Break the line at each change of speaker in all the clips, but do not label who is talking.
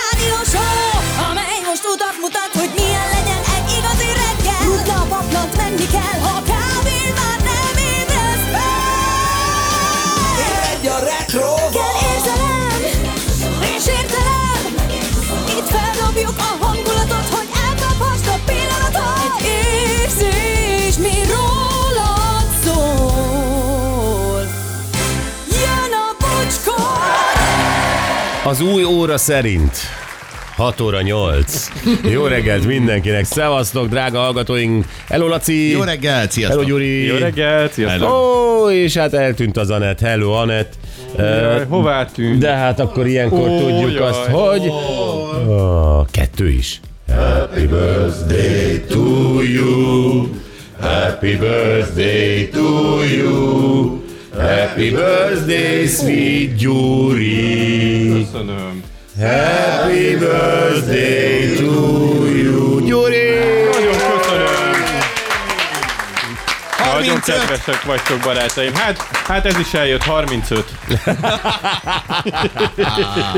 rádió show, amely most utat mutat, hogy milyen legyen egy igazi reggel. Rutna a paplant, menni kell, ha kávén már nem ébresz fel.
Egy a retro
Kell érzelem, és értelem, itt feldobjuk a hangulatot, hogy elkaphast a pillanatot. Egy érzés, mi rólad szól. Jön a bocskor!
Az új óra szerint 6 óra 8. Jó reggelt mindenkinek. Szevasztok, drága hallgatóink. Hello, Laci.
Jó reggel,
Hello,
sziasztok!
Gyuri.
Jó reggelt, sziasztok!
Ó, és hát eltűnt az Anett. Hello, Anett.
Jaj, Hová tűnt?
De hát akkor ilyenkor
Ó,
tudjuk
jaj.
azt, hogy... Ó, kettő is.
Happy birthday to you. Happy birthday to you. Happy birthday, sweet Gyuri.
Köszönöm.
Happy birthday to you.
Gyuri!
Nagyon köszönöm. Nagyon
35!
kedvesek vagytok, barátaim. Hát, hát ez is eljött, 35.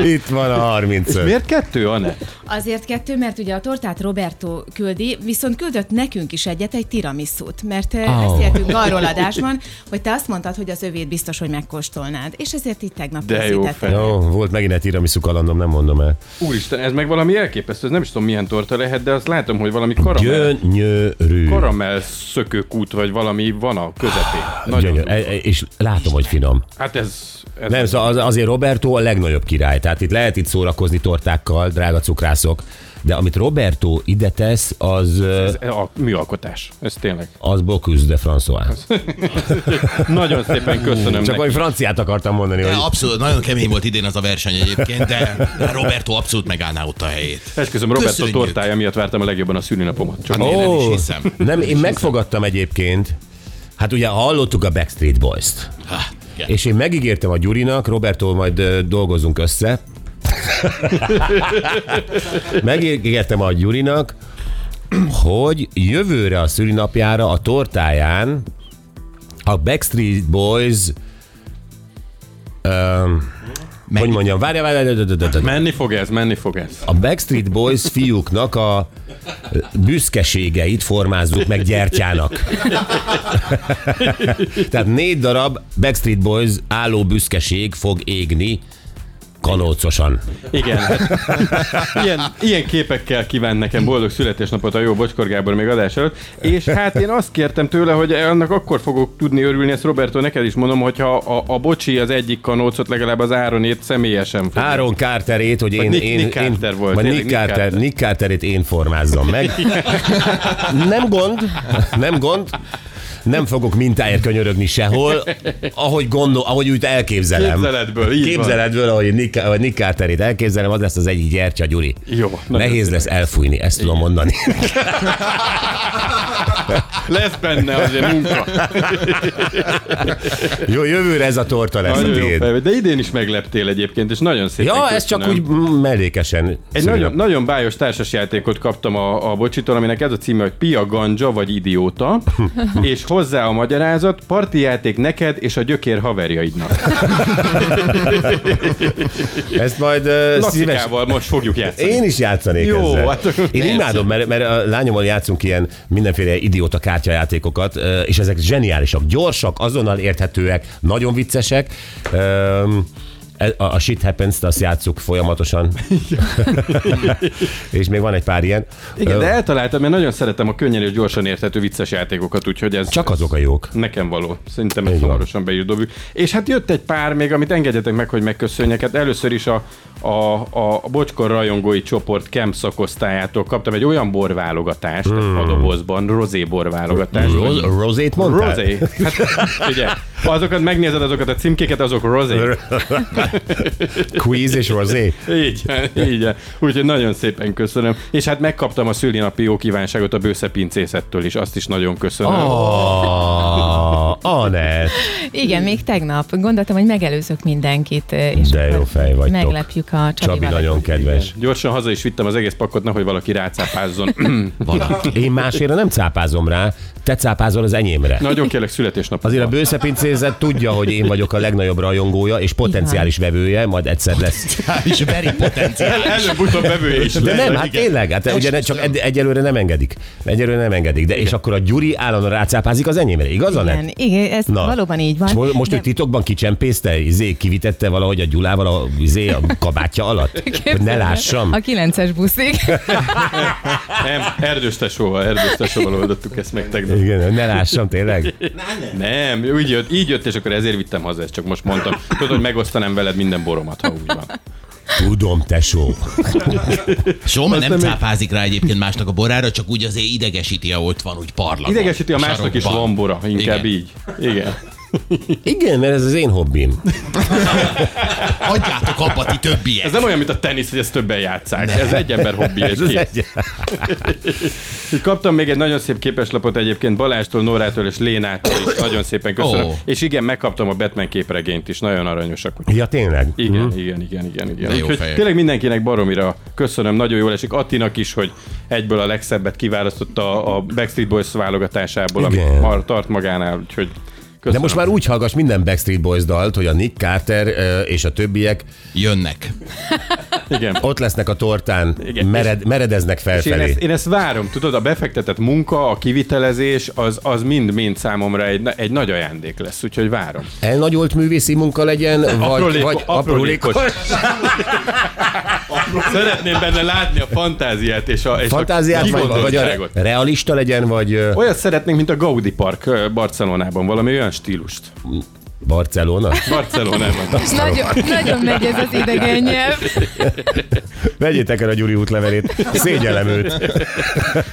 Itt van a 35.
Miért kettő, Anett?
Azért kettő, mert ugye a tortát Roberto küldi, viszont küldött nekünk is egyet, egy tiramisút, mert oh. beszéltünk arról adásban, hogy te azt mondtad, hogy az övét biztos, hogy megkóstolnád, és ezért így tegnap
De jó
készítettem.
fej.
Jó, volt megint egy tiramisu kalandom, nem mondom el.
Úristen, ez meg valami elképesztő, ez nem is tudom milyen torta lehet, de azt látom, hogy valami karamell,
Gyönyörű.
karamell szökőkút, vagy valami van a közepén. Nagyon
Gyönyör.
durva.
E- e- És látom, hogy finom.
Hát ez... ez
Nem, szóval az, azért Roberto a legnagyobb király. Tehát itt lehet itt szórakozni tortákkal, drága cukrászok, de amit Roberto ide tesz, az, ö,
ez a műalkotás, ez tényleg.
az Bocuse de François.
Nagyon szépen köszönöm
Csak
neki.
hogy franciát akartam mondani,
De
hogy
abszolút, nagyon kemény volt idén az a verseny egyébként, de Roberto abszolút megállná ott a helyét.
Esküszöm, Roberto
Köszönjük.
tortája miatt vártam a legjobban a szülinapomat. Csak
Hát én nem is
Ó,
hiszem.
Nem, én megfogadtam egyébként. Hát ugye hallottuk a Backstreet Boys-t.
Ha, Ah, igen.
És én megígértem a Gyurinak, Roberto, majd ö, dolgozunk össze. megígértem a Gyurinak, hogy jövőre a szülinapjára a tortáján a Backstreet Boys öm, hogy mondjam, várja, várja,
Menni fog ez, menni fog ez.
a Backstreet Boys fiúknak a büszkeségeit formázzuk meg gyertyának. Tehát négy darab Backstreet Boys álló büszkeség fog égni kanócosan.
Igen. hát Ilyen, ilyen képekkel kíván nekem boldog születésnapot a jó Bocskor Gábor még adás előtt. És hát én azt kértem tőle, hogy annak akkor fogok tudni örülni, ezt Roberto neked is mondom, hogyha a, a bocsi az egyik kanócot legalább az Áronét személyesen fog.
Áron Carterét, hogy én...
Nick-
én,
Nick
én,
Carter volt,
Vagy
tényleg,
Nick,
Nick
Carter,
Carter.
Nick Carterét én formázzam meg. Nem gond, nem gond. Nem fogok mintáért könyörögni sehol, ahogy gondol, ahogy úgy elképzelem.
Képzeletből, így
Képzeledből, ahogy Nick, ahogy Nick Carterét elképzelem, az lesz az egyik gyertya, Gyuri.
Jó, nagyon
Nehéz lesz elfújni, ezt tudom mondani.
van. Lesz benne azért munka.
Jó, jövőre ez a torta lesz a
Nagyon jó
tiéd.
fej vagy. De idén is megleptél egyébként, és nagyon szépen
Ja, ez csak
köszönöm.
úgy mm, mellékesen.
Egy nagyon, nagyon bájos társasjátékot kaptam a, a bocsitól, aminek ez a címe, hogy Pia Ganja vagy Idióta, és hozzá a magyarázat, partijáték neked és a gyökér haverjaidnak.
Ezt majd ö, szíves...
Klasszikával most fogjuk játszani.
Én is játszanék
Jó,
ezzel.
hát akkor-
Én imádom, mert, mert a lányommal játszunk ilyen mindenféle idióta kártyajátékokat, ö, és ezek zseniálisak, gyorsak, azonnal érthetőek, nagyon viccesek. Öm, e- A a Shit Happens-t azt játszuk folyamatosan. és még van egy pár ilyen.
Igen,
Ö,
de eltaláltam, mert nagyon szeretem a könnyen és gyorsan érthető vicces játékokat, úgyhogy ez...
Csak azok a jók.
Nekem való. Szerintem ezt
Így van.
hamarosan be is dobjuk. És hát jött egy pár még, amit engedjetek meg, hogy megköszönjek. Hát először is a, a, a Bocskor rajongói csoport Kemp szakosztályától kaptam egy olyan borválogatást hmm. a dobozban, rozé borválogatást. hogy-
Ro- Rosét mondtál?
Rozé. Hát, ugye, ha azokat megnézed, azokat a címkéket, azok rozé.
Quiz és Rosé.
Így, így. Úgyhogy nagyon szépen köszönöm. És hát megkaptam a szülinapi jó kívánságot a bőszepincészettől is, azt is nagyon köszönöm.
Oh, Anett.
Igen, még tegnap gondoltam, hogy megelőzök mindenkit, és
De
akkor
jó fej vagytok.
meglepjük a
Csabi
Csabival.
nagyon kedves.
Gyorsan haza is vittem az egész pakkot, nehogy valaki rácápázzon.
Valaki. Én másére nem cápázom rá, te cápázol az enyémre.
Nagyon kérlek születésnapot.
Azért a bőszepincézet tudja, hogy én vagyok a legnagyobb rajongója és potenciális vevője, majd egyszer lesz.
És veri potenciál.
Előbb-utóbb bevője is
De
lesz.
nem, hát tényleg, hát ugye ne, csak egy, egyelőre nem engedik. Egyelőre nem engedik, de és akkor a Gyuri állandóan rácápázik az enyémre, igaz, Anett?
Igen, igen, ez
Na.
Na. valóban így van.
És mo- most
de,
ő titokban kicsempészte, izé, kivitette valahogy a Gyulával a, izé, a kabátja alatt, hogy ne lássam.
a kilences buszig.
hát-
Nem, erdős tesóval, erdős tesóval oldottuk ezt meg tegnap.
Igen, ne lássam tényleg.
Nem, úgy jött, így jött, és akkor ezért vittem haza, ezt csak most mondtam. Tudod, hogy megosztanám veled minden boromat, ha úgy van.
Tudom, tesó.
Soma nem cápázik rá egyébként másnak a borára, csak úgy azért idegesíti, ha ott van, úgy parlagon.
Idegesíti a másnak is
sarokban.
van bora, inkább
Igen.
így. Igen.
Igen, mert ez az én hobbim.
Adjátok abba ti többiek.
Ez nem olyan, mint a tenisz, hogy ezt többen játszák. Ez egy ember hobbi, ez
Ez
kész.
egy...
Így kaptam még egy nagyon szép képeslapot egyébként Balástól, Norától és Lénától
Oh.
is. Nagyon szépen köszönöm.
Ó.
És igen, megkaptam a Batman képregényt is. Nagyon aranyosak.
Ja, tényleg.
Igen, mm. igen, igen, igen, igen.
De jó
Úgyhogy
fejek.
tényleg mindenkinek baromira köszönöm, nagyon jól esik. Attinak is, hogy egyből a legszebbet kiválasztotta a Backstreet Boys válogatásából, ami
Igen.
mar tart magánál, úgyhogy köszönöm.
De most már úgy hallgass minden Backstreet Boys dalt, hogy a Nick Carter ö, és a többiek
Jönnek.
Igen.
ott lesznek a tortán,
Igen.
mered, meredeznek
És én
felfelé.
ezt, én ezt várom, tudod, a befektetett munka, a kivitelezés, az az mind-mind számomra egy, na- egy nagy ajándék lesz, úgyhogy várom.
Elnagyolt művészi munka legyen, vagy,
Apróléko-
vagy aprólékos.
Szeretném benne látni a fantáziát és a, és
Fantáziát, vagy,
a
vagy a re-
kigondoltságot.
realista legyen, vagy ö,
Olyat szeretnénk, mint a Gaudi Park ö, Barcelonában, valami olyan stílust.
Barcelona.
Barcelonában.
nagyon, nagyon megy ez az idegen nyelv.
Vegyétek el a Gyuri útlevelét, szégyellem őt.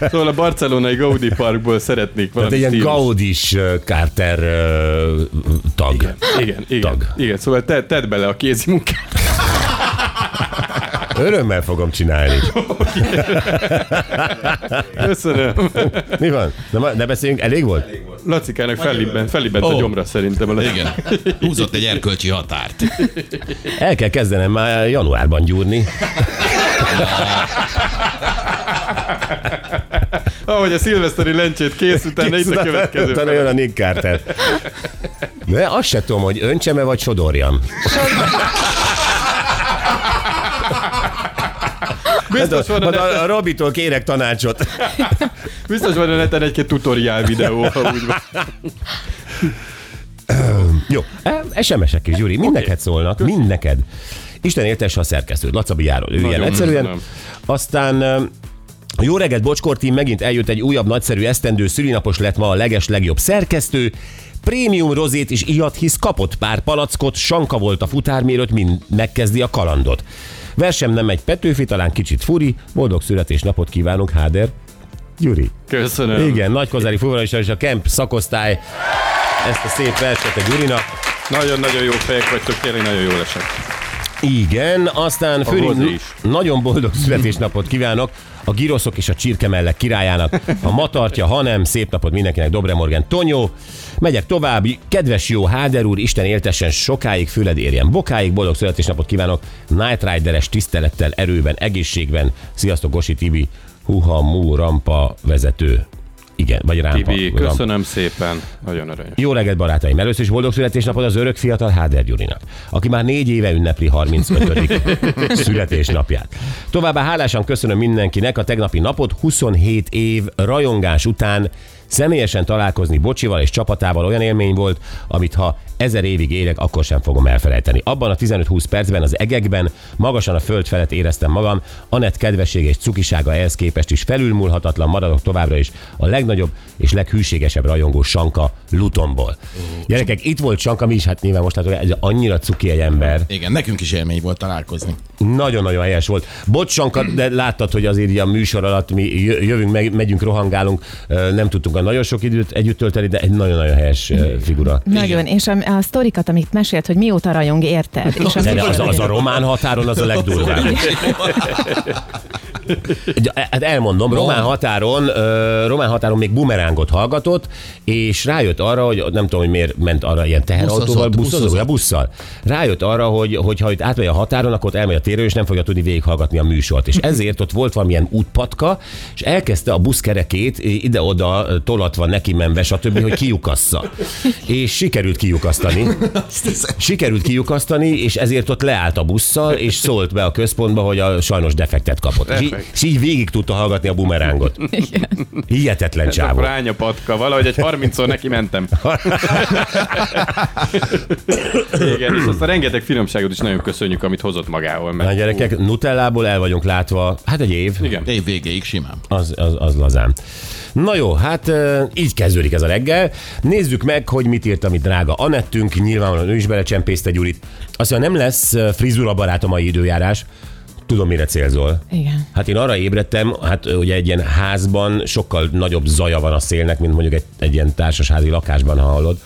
Szóval a barcelonai Gaudi Parkból szeretnék
Tehát
valami
egy ilyen
stílust.
gaudis ö, Carter ö, tag.
igen, igen,
Tag.
igen, szóval te, tedd bele a kézi munkát.
Örömmel fogom csinálni.
Köszönöm.
Mi van? Na, ma- ne beszéljünk, elég volt?
Lacikának fellibben, fellibben oh. a
Ó.
gyomra szerintem. A
Igen. Húzott egy erkölcsi határt.
El kell kezdenem már januárban gyúrni.
Ahogy a szilveszteri lencsét kész, utána itt a következő.
Utána jön a Nick Carter. De azt se tudom, hogy öntsem-e vagy sodorjam.
Biztos van a
Majd
neten,
a, a Robitól kérek tanácsot.
biztos van a neten egy-két tutoriál videó, ha úgy van.
Jó, e, SMS-ek is, Gyuri, mind neked szólnak, mind neked. Isten éltesse a szerkesztőt, Lacabi Járól, ő ilyen egyszerűen.
köszönöm.
Aztán ö, jó reggelt, Bocskor team, megint eljött egy újabb nagyszerű esztendő, szülinapos lett ma a leges legjobb szerkesztő. Prémium rozét és ilyat hisz kapott pár palackot, sanka volt a futár, mielőtt mind megkezdi a kalandot. Versem nem egy Petőfi, talán kicsit furi, boldog születésnapot kívánunk, Háder. Gyuri.
Köszönöm.
Igen, Nagykozári fuvarista és a Kemp szakosztály ezt a szép verset a Gyurinak.
Nagyon-nagyon jó fejek vagytok, tényleg nagyon jól esek.
Igen, aztán
Rozi
Főrin
is.
nagyon boldog születésnapot kívánok a giroszok és a csirkemellek királyának. A matartja, ha nem, szép napot mindenkinek, Dobre Morgan Tonyó. Megyek tovább, kedves jó Háder úr, Isten éltessen sokáig, füled érjen bokáig, boldog születésnapot kívánok, Night Rideres tisztelettel, erőben, egészségben. Sziasztok, Gosi Tibi, huha, mú, rampa vezető. Igen, vagy rámpa.
Tibi,
rampa.
köszönöm szépen. Nagyon aranyos.
Jó reggelt, barátaim! Először is boldog születésnapot az örök fiatal Háder Gyurinak, aki már négy éve ünnepli 35. születésnapját. Továbbá hálásan köszönöm mindenkinek a tegnapi napot, 27 év rajongás után személyesen találkozni Bocsival és csapatával olyan élmény volt, amit ha ezer évig élek, akkor sem fogom elfelejteni. Abban a 15-20 percben az egekben, magasan a föld felett éreztem magam, Anett kedvessége és cukisága ehhez képest is felülmúlhatatlan maradok továbbra is a legnagyobb és leghűségesebb rajongó Sanka Lutonból. Gyerekek, itt volt Sanka, mi is hát nyilván most látok, ez annyira cuki egy ember.
Igen, nekünk is élmény volt találkozni.
Nagyon-nagyon helyes volt. Bocs, Sanka, de láttad, hogy azért így a műsor alatt mi jö- jövünk, meg, megyünk, rohangálunk, ö, nem tudtunk a nagyon sok időt együtt tölteni, de egy nagyon-nagyon helyes ö, figura.
Nagyon, és a, a sztorikat, amit mesélt, hogy mióta rajong, érted? És
De az, az a román határon az a legdurvább. Ugye, Hát elmondom, román határon, ö, román határon még bumerángot hallgatott, és rájött arra, hogy nem tudom, hogy miért ment arra ilyen teherautóval,
Buszozott,
buszozó,
buszozott.
ja, busszal. Rájött arra, hogy hogyha itt átmegy a határon, akkor ott elmegy a térő, és nem fogja tudni végighallgatni a műsort. És ezért ott volt valamilyen útpatka, és elkezdte a buszkerekét ide-oda ö, tolatva, neki menve, stb., hogy kiukassza. És sikerült kiukasztani. Sikerült kiukasztani, és ezért ott leállt a busszal, és szólt be a központba, hogy a sajnos defektet kapott. És így, és így végig tudta hallgatni a bumerángot. Hihetetlen
Csak
csávó.
ránya patka, valahogy egy 30-szor neki mentem. Igen, és azt a rengeteg finomságot is nagyon köszönjük, amit hozott magával.
Na
Mert
gyerekek, nutellából el vagyunk látva, hát egy év.
Igen.
Év végéig simán.
Az, az, az lazán. Na jó, hát ö, így kezdődik ez a reggel. Nézzük meg, hogy mit írt a mi drága Anettünk. Nyilvánvalóan ő is belecsempészte Gyurit. Azt mondja, nem lesz ö, frizura barát a mai időjárás. Tudom, mire célzol.
Igen.
Hát én arra ébredtem, hát ö, ugye egy ilyen házban sokkal nagyobb zaja van a szélnek, mint mondjuk egy, egy ilyen társasházi lakásban, ha hallod.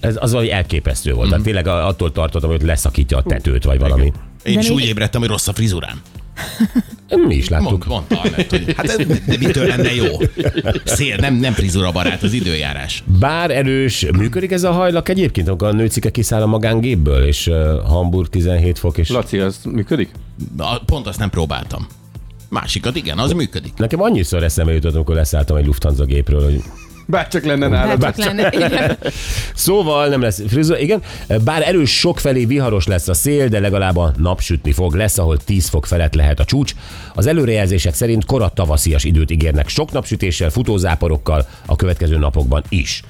Ez az valami elképesztő volt. Mm. Hát tényleg a- attól tartottam, hogy leszakítja a tetőt, vagy valami.
Én
De
is
még-
úgy ébredtem, hogy rossz a frizurám.
Mi is láttuk.
Mond, mondta Anett, hogy hát ez de mitől lenne jó? Szél, nem, nem frizura barát az időjárás.
Bár erős, működik ez a hajlak egyébként, amikor a nőcike kiszáll a magángépből, és uh, Hamburg 17 fok, és...
Laci, az működik?
A- Pont azt nem próbáltam. Másikat igen, az működik.
Nekem annyiszor eszembe jutott, amikor leszálltam egy Lufthansa gépről, hogy...
Bárcsak lenne nála.
Hát csak lenne. Igen.
Szóval nem lesz frizó, igen. Bár erős sokfelé viharos lesz a szél, de legalább a nap sütni fog, lesz, ahol 10 fok felett lehet a csúcs. Az előrejelzések szerint korat tavaszias időt ígérnek sok napsütéssel, futózáporokkal a következő napokban is.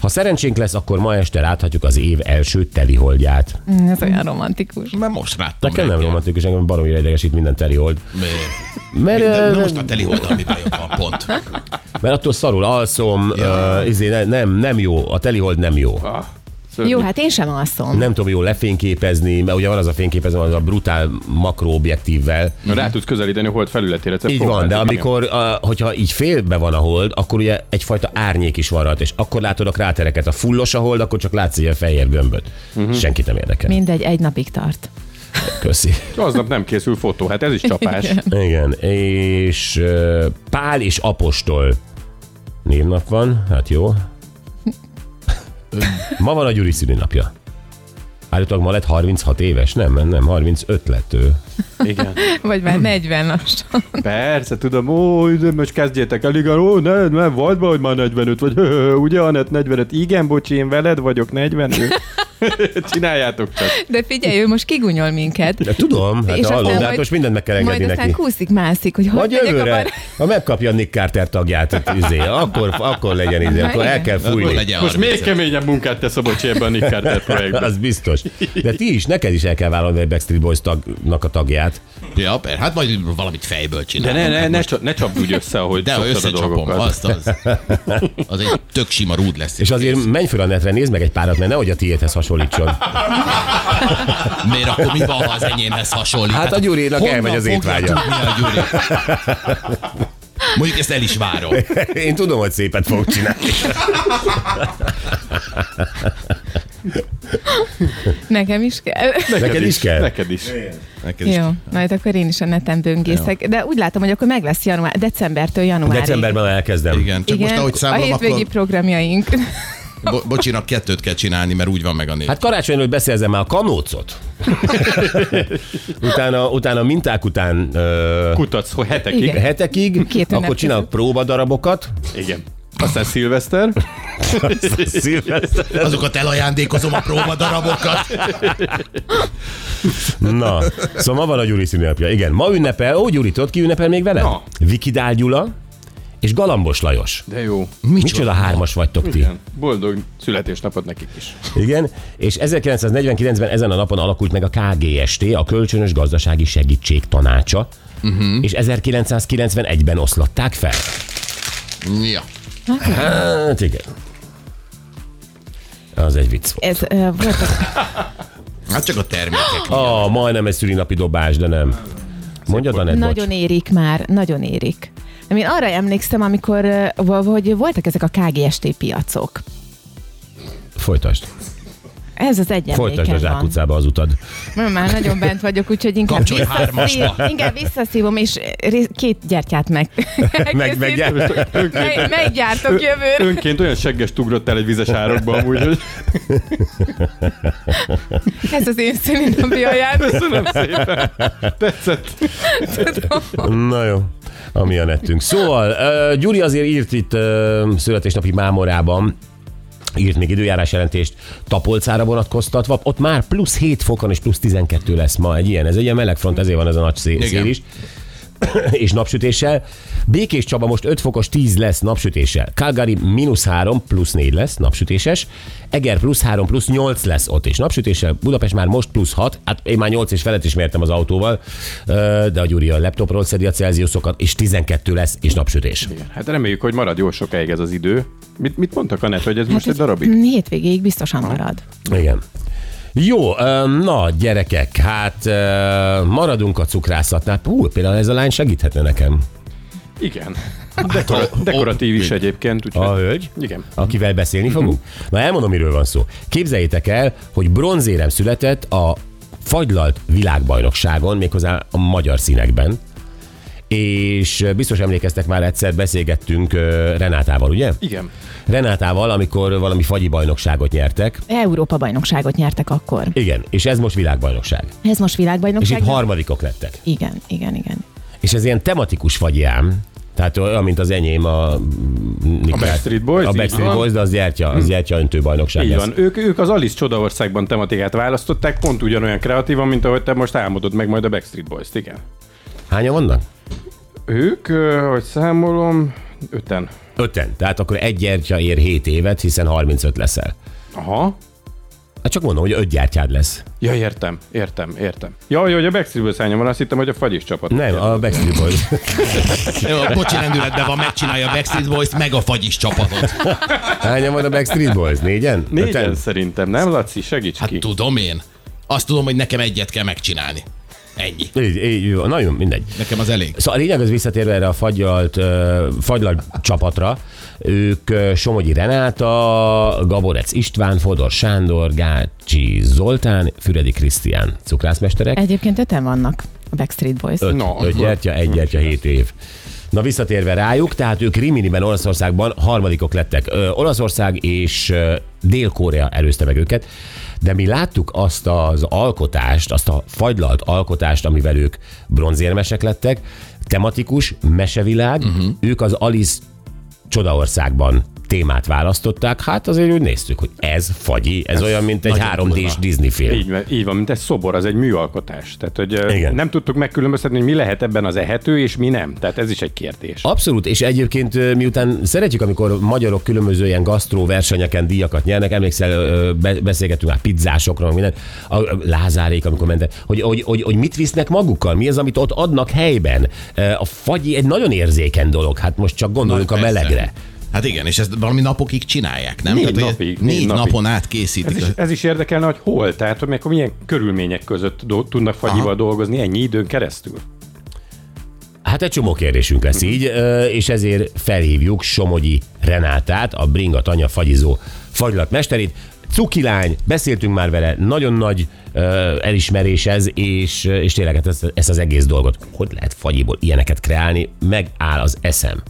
Ha szerencsénk lesz, akkor ma este láthatjuk az év első teliholdját.
Mm, Ez olyan romantikus.
Mert most láttam.
Nekem nem
reggel.
romantikus, engem baromira idegesít minden telihold.
Miért?
Mert,
De,
ö,
de most a teli volt, amiben jobb van, pont.
mert attól szarul alszom, ja. uh, izé, ne, nem, nem jó, a telihold nem jó.
Ah, szörnyű.
Jó, hát én sem alszom.
Nem tudom jól lefényképezni, mert ugye van az a fényképező, az a brutál makroobjektívvel.
Rá tudsz közelíteni a hold felületére. tehát
Így van, de
hát
próbáltad,
amikor, a, hogyha így félbe van a hold, akkor ugye egyfajta árnyék is van rajta, és akkor látod a krátereket. A fullos a hold, akkor csak látsz egy ilyen fehér gömböt.
Mhm.
Uh-huh. Senkit nem érdekel. Mi?
Mindegy, egy napig tart.
Köszi.
igen. Aznap nem készül fotó, hát ez is csapás.
Igen, és uh, Pál és Apostol névnap van, hát jó. ma van a Gyuri szülinapja. Állítólag ma lett 36 éves, nem, nem, 35 lett ő.
Igen.
Vagy már 40 lassan.
Persze, tudom, ó, de most kezdjétek el, igen, ó, ne, ne, vagy be, hogy már 45 vagy, hö, hö, hö, ugye, Anett, 45, igen, bocsi, én veled vagyok, 45. Csináljátok csak.
De figyelj, ő most kigunyol minket.
De tudom, hát
És aztán
hallom, de hát
majd-
most mindent meg kell
Majd
engedni
aztán
neki.
kúszik, mászik, hogy
Vagy
hogy megyek a
jövőre,
bar...
ha megkapja a Nick Carter tagját, hát, izé, akkor, akkor legyen izé,
Na,
akkor el
igen.
kell
Akkor
fújni.
legyen
Most
30.
még keményebb munkát tesz a bocsi ebben a Nick Carter projektben.
Az biztos. De ti is, neked is el kell vállalni egy Backstreet Boys tagnak a tagját.
Ja, per, hát majd valamit fejből
De
csinálom.
ne, ne, ne, csa- ne csapd úgy össze, ahogy
De ha
szoktad a
összecsapom,
dolgokat.
azt az. Az egy tök sima rúd lesz.
És azért menj fel a netre, nézd meg egy párat, mert nehogy a tiédhez hasonlítson.
Miért akkor mi van, ha az enyémhez hasonlít?
Hát a Gyurinak
honnan
elmegy az
fogja
étvágya.
tudni a Gyuri? Mondjuk ezt el is várom.
Én tudom, hogy szépet fogok csinálni.
Nekem is kell.
Neked is kell?
Neked is.
Neked is.
Jó, majd akkor én is a neten böngészek. De úgy látom, hogy akkor meg lesz január, decembertől januárig.
Decemberben elkezdem.
Igen, csak
Igen,
most ahogy
a
számolom,
hétvégi
akkor
programjaink.
bo- bocsinak kettőt kell csinálni, mert úgy van meg a név.
Hát karácsonyról beszerzem már a kanócot. utána, utána minták után ö,
Kutatsz, hogy hetekig.
Igen.
hetekig,
Két ünnep
akkor csinálok próbadarabokat.
Igen. Aztán szilveszter.
Szilveszter.
Azokat elajándékozom a próbadarabokat.
Na, szóval ma van a Gyuri szülinapja. Igen, ma ünnepel, ó Gyuri, tudod ki ünnepel még vele?
Na.
Vikidál Gyula és Galambos Lajos.
De jó.
Micsoda hármas vagytok ti.
Igen. Boldog születésnapot nekik is.
Igen, és 1949-ben ezen a napon alakult meg a KGST, a Kölcsönös Gazdasági Segítség Tanácsa, uh-huh. és 1991-ben oszlatták fel.
Ja.
Hát igen. Az egy vicc volt.
Ez uh, volt az,
Hát csak a termékek.
Ah, majdnem egy szülinapi dobás, de nem. Mondjad, Anett,
nagyon
bocs.
érik már, nagyon érik. Nem, Én arra emlékszem, amikor, ö, hogy voltak ezek a KGST piacok.
Folytasd.
Ez az egy
Folytasd a
emlékem van.
zsákutcába az utad.
Már- Már nagyon bent vagyok, úgyhogy inkább,
Kapcsolj hármasba.
inkább visszaszívom, és ré- két gyertyát meg.
Meg, meg, gyere.
Mely- Meggyártok jövőre.
Önként olyan segges ugrott el egy vizes árokba amúgy, hogy
Ez az én szülinapjaját.
köszönöm szépen. Tetszett.
Na jó, ami a nettünk. Szóval, ö, Gyuri azért írt itt ö, születésnapi mámorában, írt még időjárás jelentést Tapolcára vonatkoztatva, ott már plusz 7 fokon és plusz 12 lesz ma egy ilyen. Ez egy ilyen meleg front, ezért van ez a nagy szél,
Igen.
szél is. és napsütéssel. Békés Csaba most 5 fokos 10 lesz napsütéssel. Calgary mínusz 3 plusz 4 lesz napsütéses. Eger plusz 3 plusz 8 lesz ott is napsütéssel. Budapest már most plusz 6. Hát én már 8 és felett is mértem az autóval, Ö, de a Gyuri a laptopról szedi a Celsiusokat, és 12 lesz és napsütés.
Hát reméljük, hogy marad jó sokáig ez az idő. Mit, mit mondtak a net, hogy ez
Hát
most egy
Hm.
darabig?
Hétvégéig biztosan marad.
Igen. Jó, ö, na gyerekek, hát ö, maradunk a cukrászatnál. Hú, például ez a lány segíthetne nekem.
Igen. Dekora, dekoratív is egyébként,
A
úgyhogy...
hölgy?
Igen. Mhm.
Akivel beszélni fogunk? Na elmondom, miről van szó. Képzeljétek el, hogy bronzérem született a fagylalt világbajnokságon, méghozzá a magyar színekben. És biztos emlékeztek már egyszer, beszélgettünk ö, Renátával, ugye?
Igen.
Renátával, amikor valami fagyi bajnokságot nyertek.
Európa bajnokságot nyertek akkor.
Igen, és ez most világbajnokság.
Ez most
És
világbajnokság.
itt harmadikok lettek.
Igen, igen, igen.
És ez ilyen tematikus fagyám, tehát olyan, mint az enyém a... A
Backstreet Boys,
A
így
Backstreet
van. Mhm.
Boys, de az gyertya, az gyertya öntőbajnokság.
Így
lesz.
van. Ők, ők az Alice Csodaországban tematikát választották, pont ugyanolyan kreatívan, mint ahogy te most álmodod meg majd a Backstreet Boys-t, igen.
Hányan vannak?
Ők, ö, hogy számolom, öten.
Öten. Tehát akkor egy gyertya ér 7 évet, hiszen 35 leszel.
Aha.
Hát csak mondom, hogy öt gyertyád lesz.
Ja, értem, értem, értem. Ja, ja, hogy a Backstreet Boys hányan van, azt hittem, hogy a fagyis csapat.
Nem, a Backstreet Boys.
Ő A kocsi rendületben van, megcsinálja a Backstreet Boys, meg a fagyis csapatot.
Hányan van a Backstreet Boys? Négyen?
Négyen
Öten?
szerintem, nem Laci? Segíts
Hát
ki.
tudom én. Azt tudom, hogy nekem egyet kell megcsinálni. Ennyi.
Így, így, jó, na jó, mindegy.
Nekem az elég.
Szóval a lényeg az visszatérve erre a fagylalt, ö, fagylalt csapatra, ők ö, Somogyi Renáta, Gaborec István, Fodor Sándor, Gácsi Zoltán, Füredi Krisztián cukrászmesterek.
Egyébként öten vannak a Backstreet Boys.
Öt, öt
Na, akkor-
gyertya, egy gyertya, hét év. Na visszatérve rájuk, tehát ők Riminiben, Olaszországban harmadikok lettek. Ö, Olaszország és ö, Dél-Korea előzte meg őket, de mi láttuk azt az alkotást, azt a fagylalt alkotást, amivel ők bronzérmesek lettek, tematikus, mesevilág, uh-huh. ők az Alice Csodaországban témát választották, hát azért úgy néztük, hogy ez fagyi, ez, ez olyan, mint egy
nagyon
3D-s
durva.
Disney film.
Így van, így van, mint egy szobor, az egy műalkotás. Tehát, hogy ö,
Igen.
nem tudtuk megkülönböztetni, hogy mi lehet ebben az ehető, és mi nem. Tehát ez is egy kérdés.
Abszolút, és egyébként ö, miután szeretjük, amikor magyarok különböző ilyen gasztró versenyeken díjakat nyernek, emlékszel, ö, be- beszélgettünk már pizzásokról, meg minden, a a lázárék, amikor mentek, hogy, hogy, hogy, hogy mit visznek magukkal, mi az, amit ott adnak helyben. Ö, A fagyi egy nagyon érzékeny dolog, hát most csak gondolunk a
Persze.
melegre.
Hát igen, és ezt valami napokig csinálják, nem?
Négy
hogy
napig,
négy,
négy napig.
napon át
Ez
készítik.
is,
a-
ez is érdekelne, hogy hol, tehát hogy akkor milyen körülmények között do- tudnak fagyival
Aha.
dolgozni ennyi időn keresztül.
Hát egy csomó kérdésünk lesz így, ö, és ezért felhívjuk Somogyi Renátát, a Bringa Tanya fagyizó fagylatmesterét. Cuki lány, beszéltünk már vele, nagyon nagy ö, elismerés ez, és, és tényleg hát ezt, ezt az egész dolgot, hogy lehet fagyiból ilyeneket kreálni, megáll az eszem.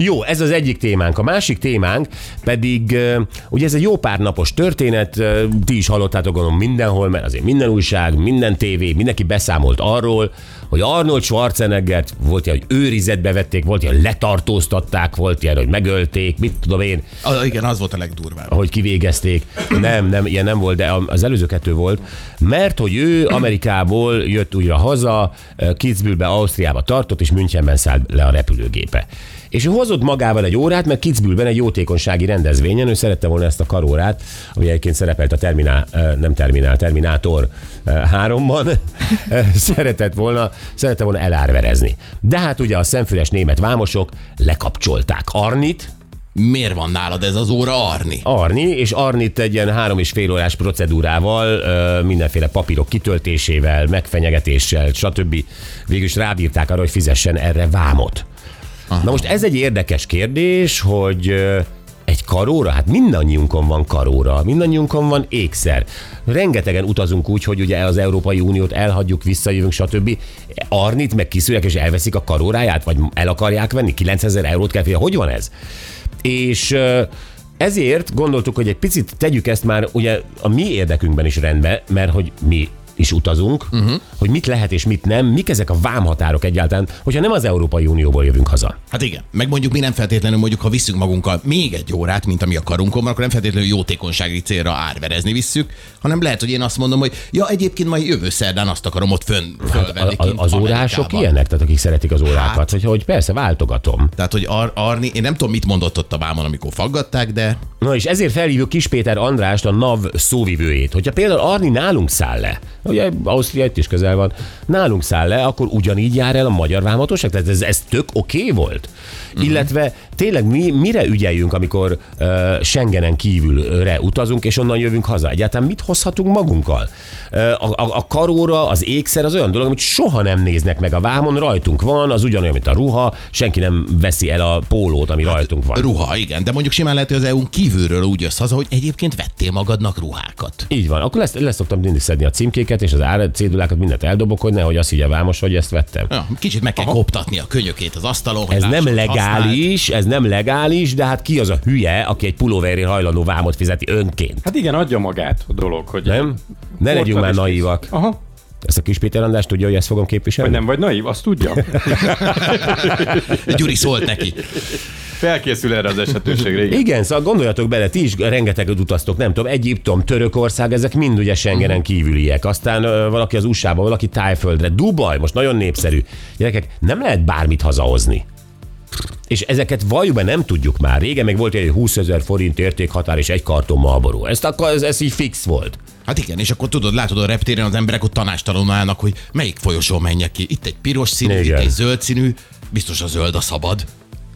Jó, ez az egyik témánk. A másik témánk pedig, ö, ugye ez egy jó pár napos történet, ö, ti is hallottátok gondolom mindenhol, mert azért minden újság, minden tévé, mindenki beszámolt arról, hogy Arnold Schwarzeneggert volt ilyen, hogy őrizetbe vették, volt ilyen, hogy letartóztatták, volt ilyen, hogy megölték, mit tudom én,
Ah, igen, az volt a legdurvább.
hogy kivégezték. Nem, nem, ilyen nem volt, de az előző kettő volt. Mert hogy ő Amerikából jött újra haza, Kitzbühelbe, Ausztriába tartott, és Münchenben szállt le a repülőgépe. És ő hozott magával egy órát, mert Kitzbühelben egy jótékonysági rendezvényen, ő szerette volna ezt a karórát, ami egyébként szerepelt a Terminál, ö, nem Terminál, Terminátor ö, háromban, ö, szeretett volna, szerette volna elárverezni. De hát ugye a szemfüles német vámosok lekapcsolták Arnit,
Miért van nálad ez az óra Arni?
Arni, és Arnit egy ilyen három és fél órás procedúrával, ö, mindenféle papírok kitöltésével, megfenyegetéssel, stb. Végülis rábírták arra, hogy fizessen erre vámot. Na most ez egy érdekes kérdés, hogy ö, Egy karóra? Hát mindannyiunkon van karóra, mindannyiunkon van ékszer. Rengetegen utazunk úgy, hogy ugye az Európai Uniót elhagyjuk, visszajövünk, stb. Arnit meg kiszúrják és elveszik a karóráját, vagy el akarják venni? 9000 eurót kell figyelni. Hogy van ez? És ö, ezért gondoltuk, hogy egy picit tegyük ezt már ugye a mi érdekünkben is rendbe, mert hogy mi is utazunk,
Mhm.
uh-huh. hogy mit lehet és mit nem, mik ezek a vámhatárok egyáltalán, hogyha nem az Európai Unióból jövünk haza.
Hát igen, meg mondjuk mi nem feltétlenül mondjuk, ha visszük magunkkal még egy órát, mint ami a karunkon van, akkor nem feltétlenül jótékonysági célra árverezni visszük, hanem lehet, hogy én azt mondom, hogy ja, egyébként majd jövő szerdán azt akarom ott fönn fölvenni
A, a,
kint
az órások
Amerikában.
ilyenek, tehát akik szeretik az órákat, hát. hogy, hogy persze váltogatom.
Tehát, hogy Ar- Arni, én nem tudom, mit mondott ott a vámon, amikor faggatták, de
Na és ezért felhívjuk Kis Péter Andrást, a NAV szóvivőjét. Hogyha például Arni nálunk száll le, ugye Ausztria itt is közel van, nálunk száll le, akkor ugyanígy jár el a magyar vámhatóság? Tehát ez, ez tök oké okay volt? Mm-hmm. Illetve tényleg mi, mire ügyeljünk, amikor uh, Schengenen kívülre utazunk, és onnan jövünk haza? Egyáltalán mit hozhatunk magunkkal? Ö, a, a, a karóra, az ékszer az olyan dolog, amit soha nem néznek meg a vámon, rajtunk van, az ugyanolyan, mint a ruha, senki nem veszi el a pólót, ami rajtunk van.
ruha, igen. De mondjuk simán lehet, hogy az EU-n kívülről úgy jössz haza, hogy egyébként vettél magadnak ruhákat.
Így van, akkor lesz, lesz szoktam mindig szedni a címkéket, és az ára cédulákat mindent eldobok, hogy nehogy azt higgye a vámos, hogy ezt vettem.
Ja, kicsit meg kell Aha. koptatni a könyökét az asztalon. hogy
Ez nem
lássuk, használt.
legális, ez nem legális, de hát ki az a hülye, aki egy pulóverért hajlandó vámot fizeti önként?
Hát igen, adja magát a dolog, hogy...
Nem? Ne legyünk már
Fordhat és kész.
naívak.
Aha,
Ezt a kis Péter András tudja, hogy ezt fogom képviselni?
hogy nem vagy naív, azt tudja.
Gyuri szólt neki.
Felkészül erre az esetőségre. Igen.
Igen, szóval gondoljatok bele, ti is rengeteget utaztok, nem tudom, Egyiptom, Törökország, ezek mind ugye Schengenen kívüliek. Aztán ö, valaki az USA-ba, valaki Tájföldre, Dubaj, most nagyon népszerű. Gyerekek, nem lehet bármit hazahozni. És ezeket valójában nem tudjuk már. Régen meg volt egy 20 ezer forint értékhatár és egy karton malboró. Ezt akkor, ez, ez így fix volt.
Hát igen, és akkor tudod, látod a reptéren az emberek ott tanástalanul állnak, hogy melyik folyosón menjek ki. Itt egy piros színű,
Igen.
igen. itt egy zöld színű, biztos a zöld a szabad.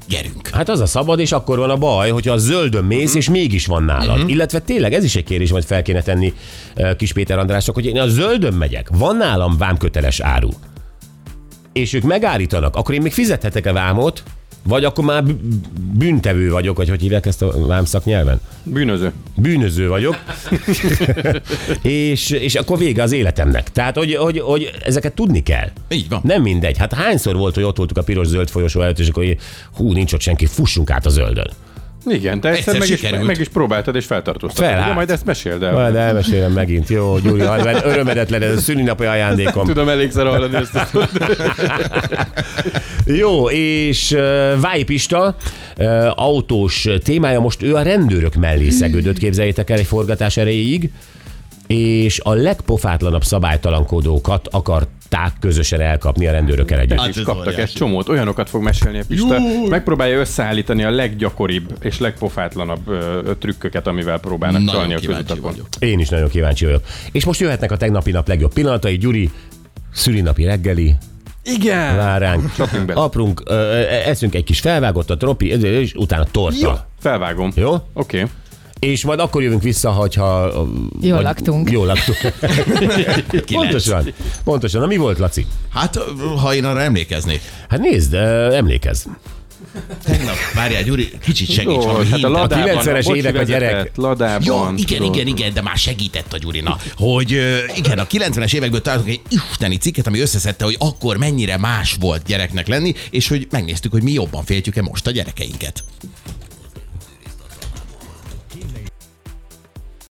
Gyerünk.
Hát az a szabad, és akkor van a baj, hogyha a zöldön mész, és mégis van nálad. Illetve tényleg ez is egy kérdés, majd fel kéne tenni eh, Kis Péter Andrásnak, hogy én a zöldön megyek, van nálam vámköteles áru, és ők megállítanak, akkor én még fizethetek-e vámot, vagy akkor már b- bűntevő vagyok, vagy hogy hívják ezt a vámszak nyelven?
Bűnöző.
bűnöző vagyok, és, és akkor vége az életemnek. Tehát, hogy, hogy, hogy ezeket tudni kell.
Így van.
Nem mindegy. Hát hányszor volt, hogy ott voltuk a piros-zöld folyosó előtt, és akkor így, hú, nincs ott senki, fussunk át a zöldön.
Igen, te
Egyszer
egyszer meg is,
sikerült.
meg is próbáltad és feltartóztad.
Felállt.
Ugye, majd ezt meséld el.
Majd elmesélem megint. Jó, Gyuri, hajj, örömedet legyen, ez a szülinapi ajándékom.
Tudom, elégszer hallani ezt. a-
Jó, és uh, Váj Pista uh, autós témája, most ő a rendőrök mellé szegődött, képzeljétek el egy forgatás erejéig, és a legpofátlanabb szabálytalankódókat akarták közösen elkapni a rendőrökkel együtt.
És
ez
kaptak
óriási.
egy csomót, olyanokat fog mesélni a Pista. Megpróbálja összeállítani a leggyakoribb és legpofátlanabb ö, ö, trükköket, amivel próbálnak csalni
Nagyon
a
kíváncsi
közutakon.
vagyok.
Én is nagyon kíváncsi vagyok. És most jöhetnek a tegnapi nap legjobb pillanatai. Gyuri, szülinapi reggeli,
Igen!
vár ránk.
Csapjunk bele.
Aprunk, ö, eszünk egy kis felvágottat, ropi, és utána torta.
Felvágom.
Jó? Jó?
Oké.
És majd akkor jövünk vissza, hogyha...
Jól
vagy-
laktunk.
Jól laktunk. Pontosan. Pontosan. Na mi volt, Laci?
Hát, ha én arra emlékeznék.
Hát nézd, ö, emlékezz.
Tegnap, várjál, Gyuri, kicsit segíts,
Jó,
valami
hát a
hintet.
ladában,
kilencvenes
bocsi
évek a gyerek.
vezetett, Ladában.
Ja, igen,
tudod.
igen, igen, de már segített a Gyurina, hogy ö, igen, a 90-es évekből találtunk egy isteni cikket, ami összeszedte, hogy akkor mennyire más volt gyereknek lenni, és hogy megnéztük, hogy mi jobban féltjük-e most a gyerekeinket.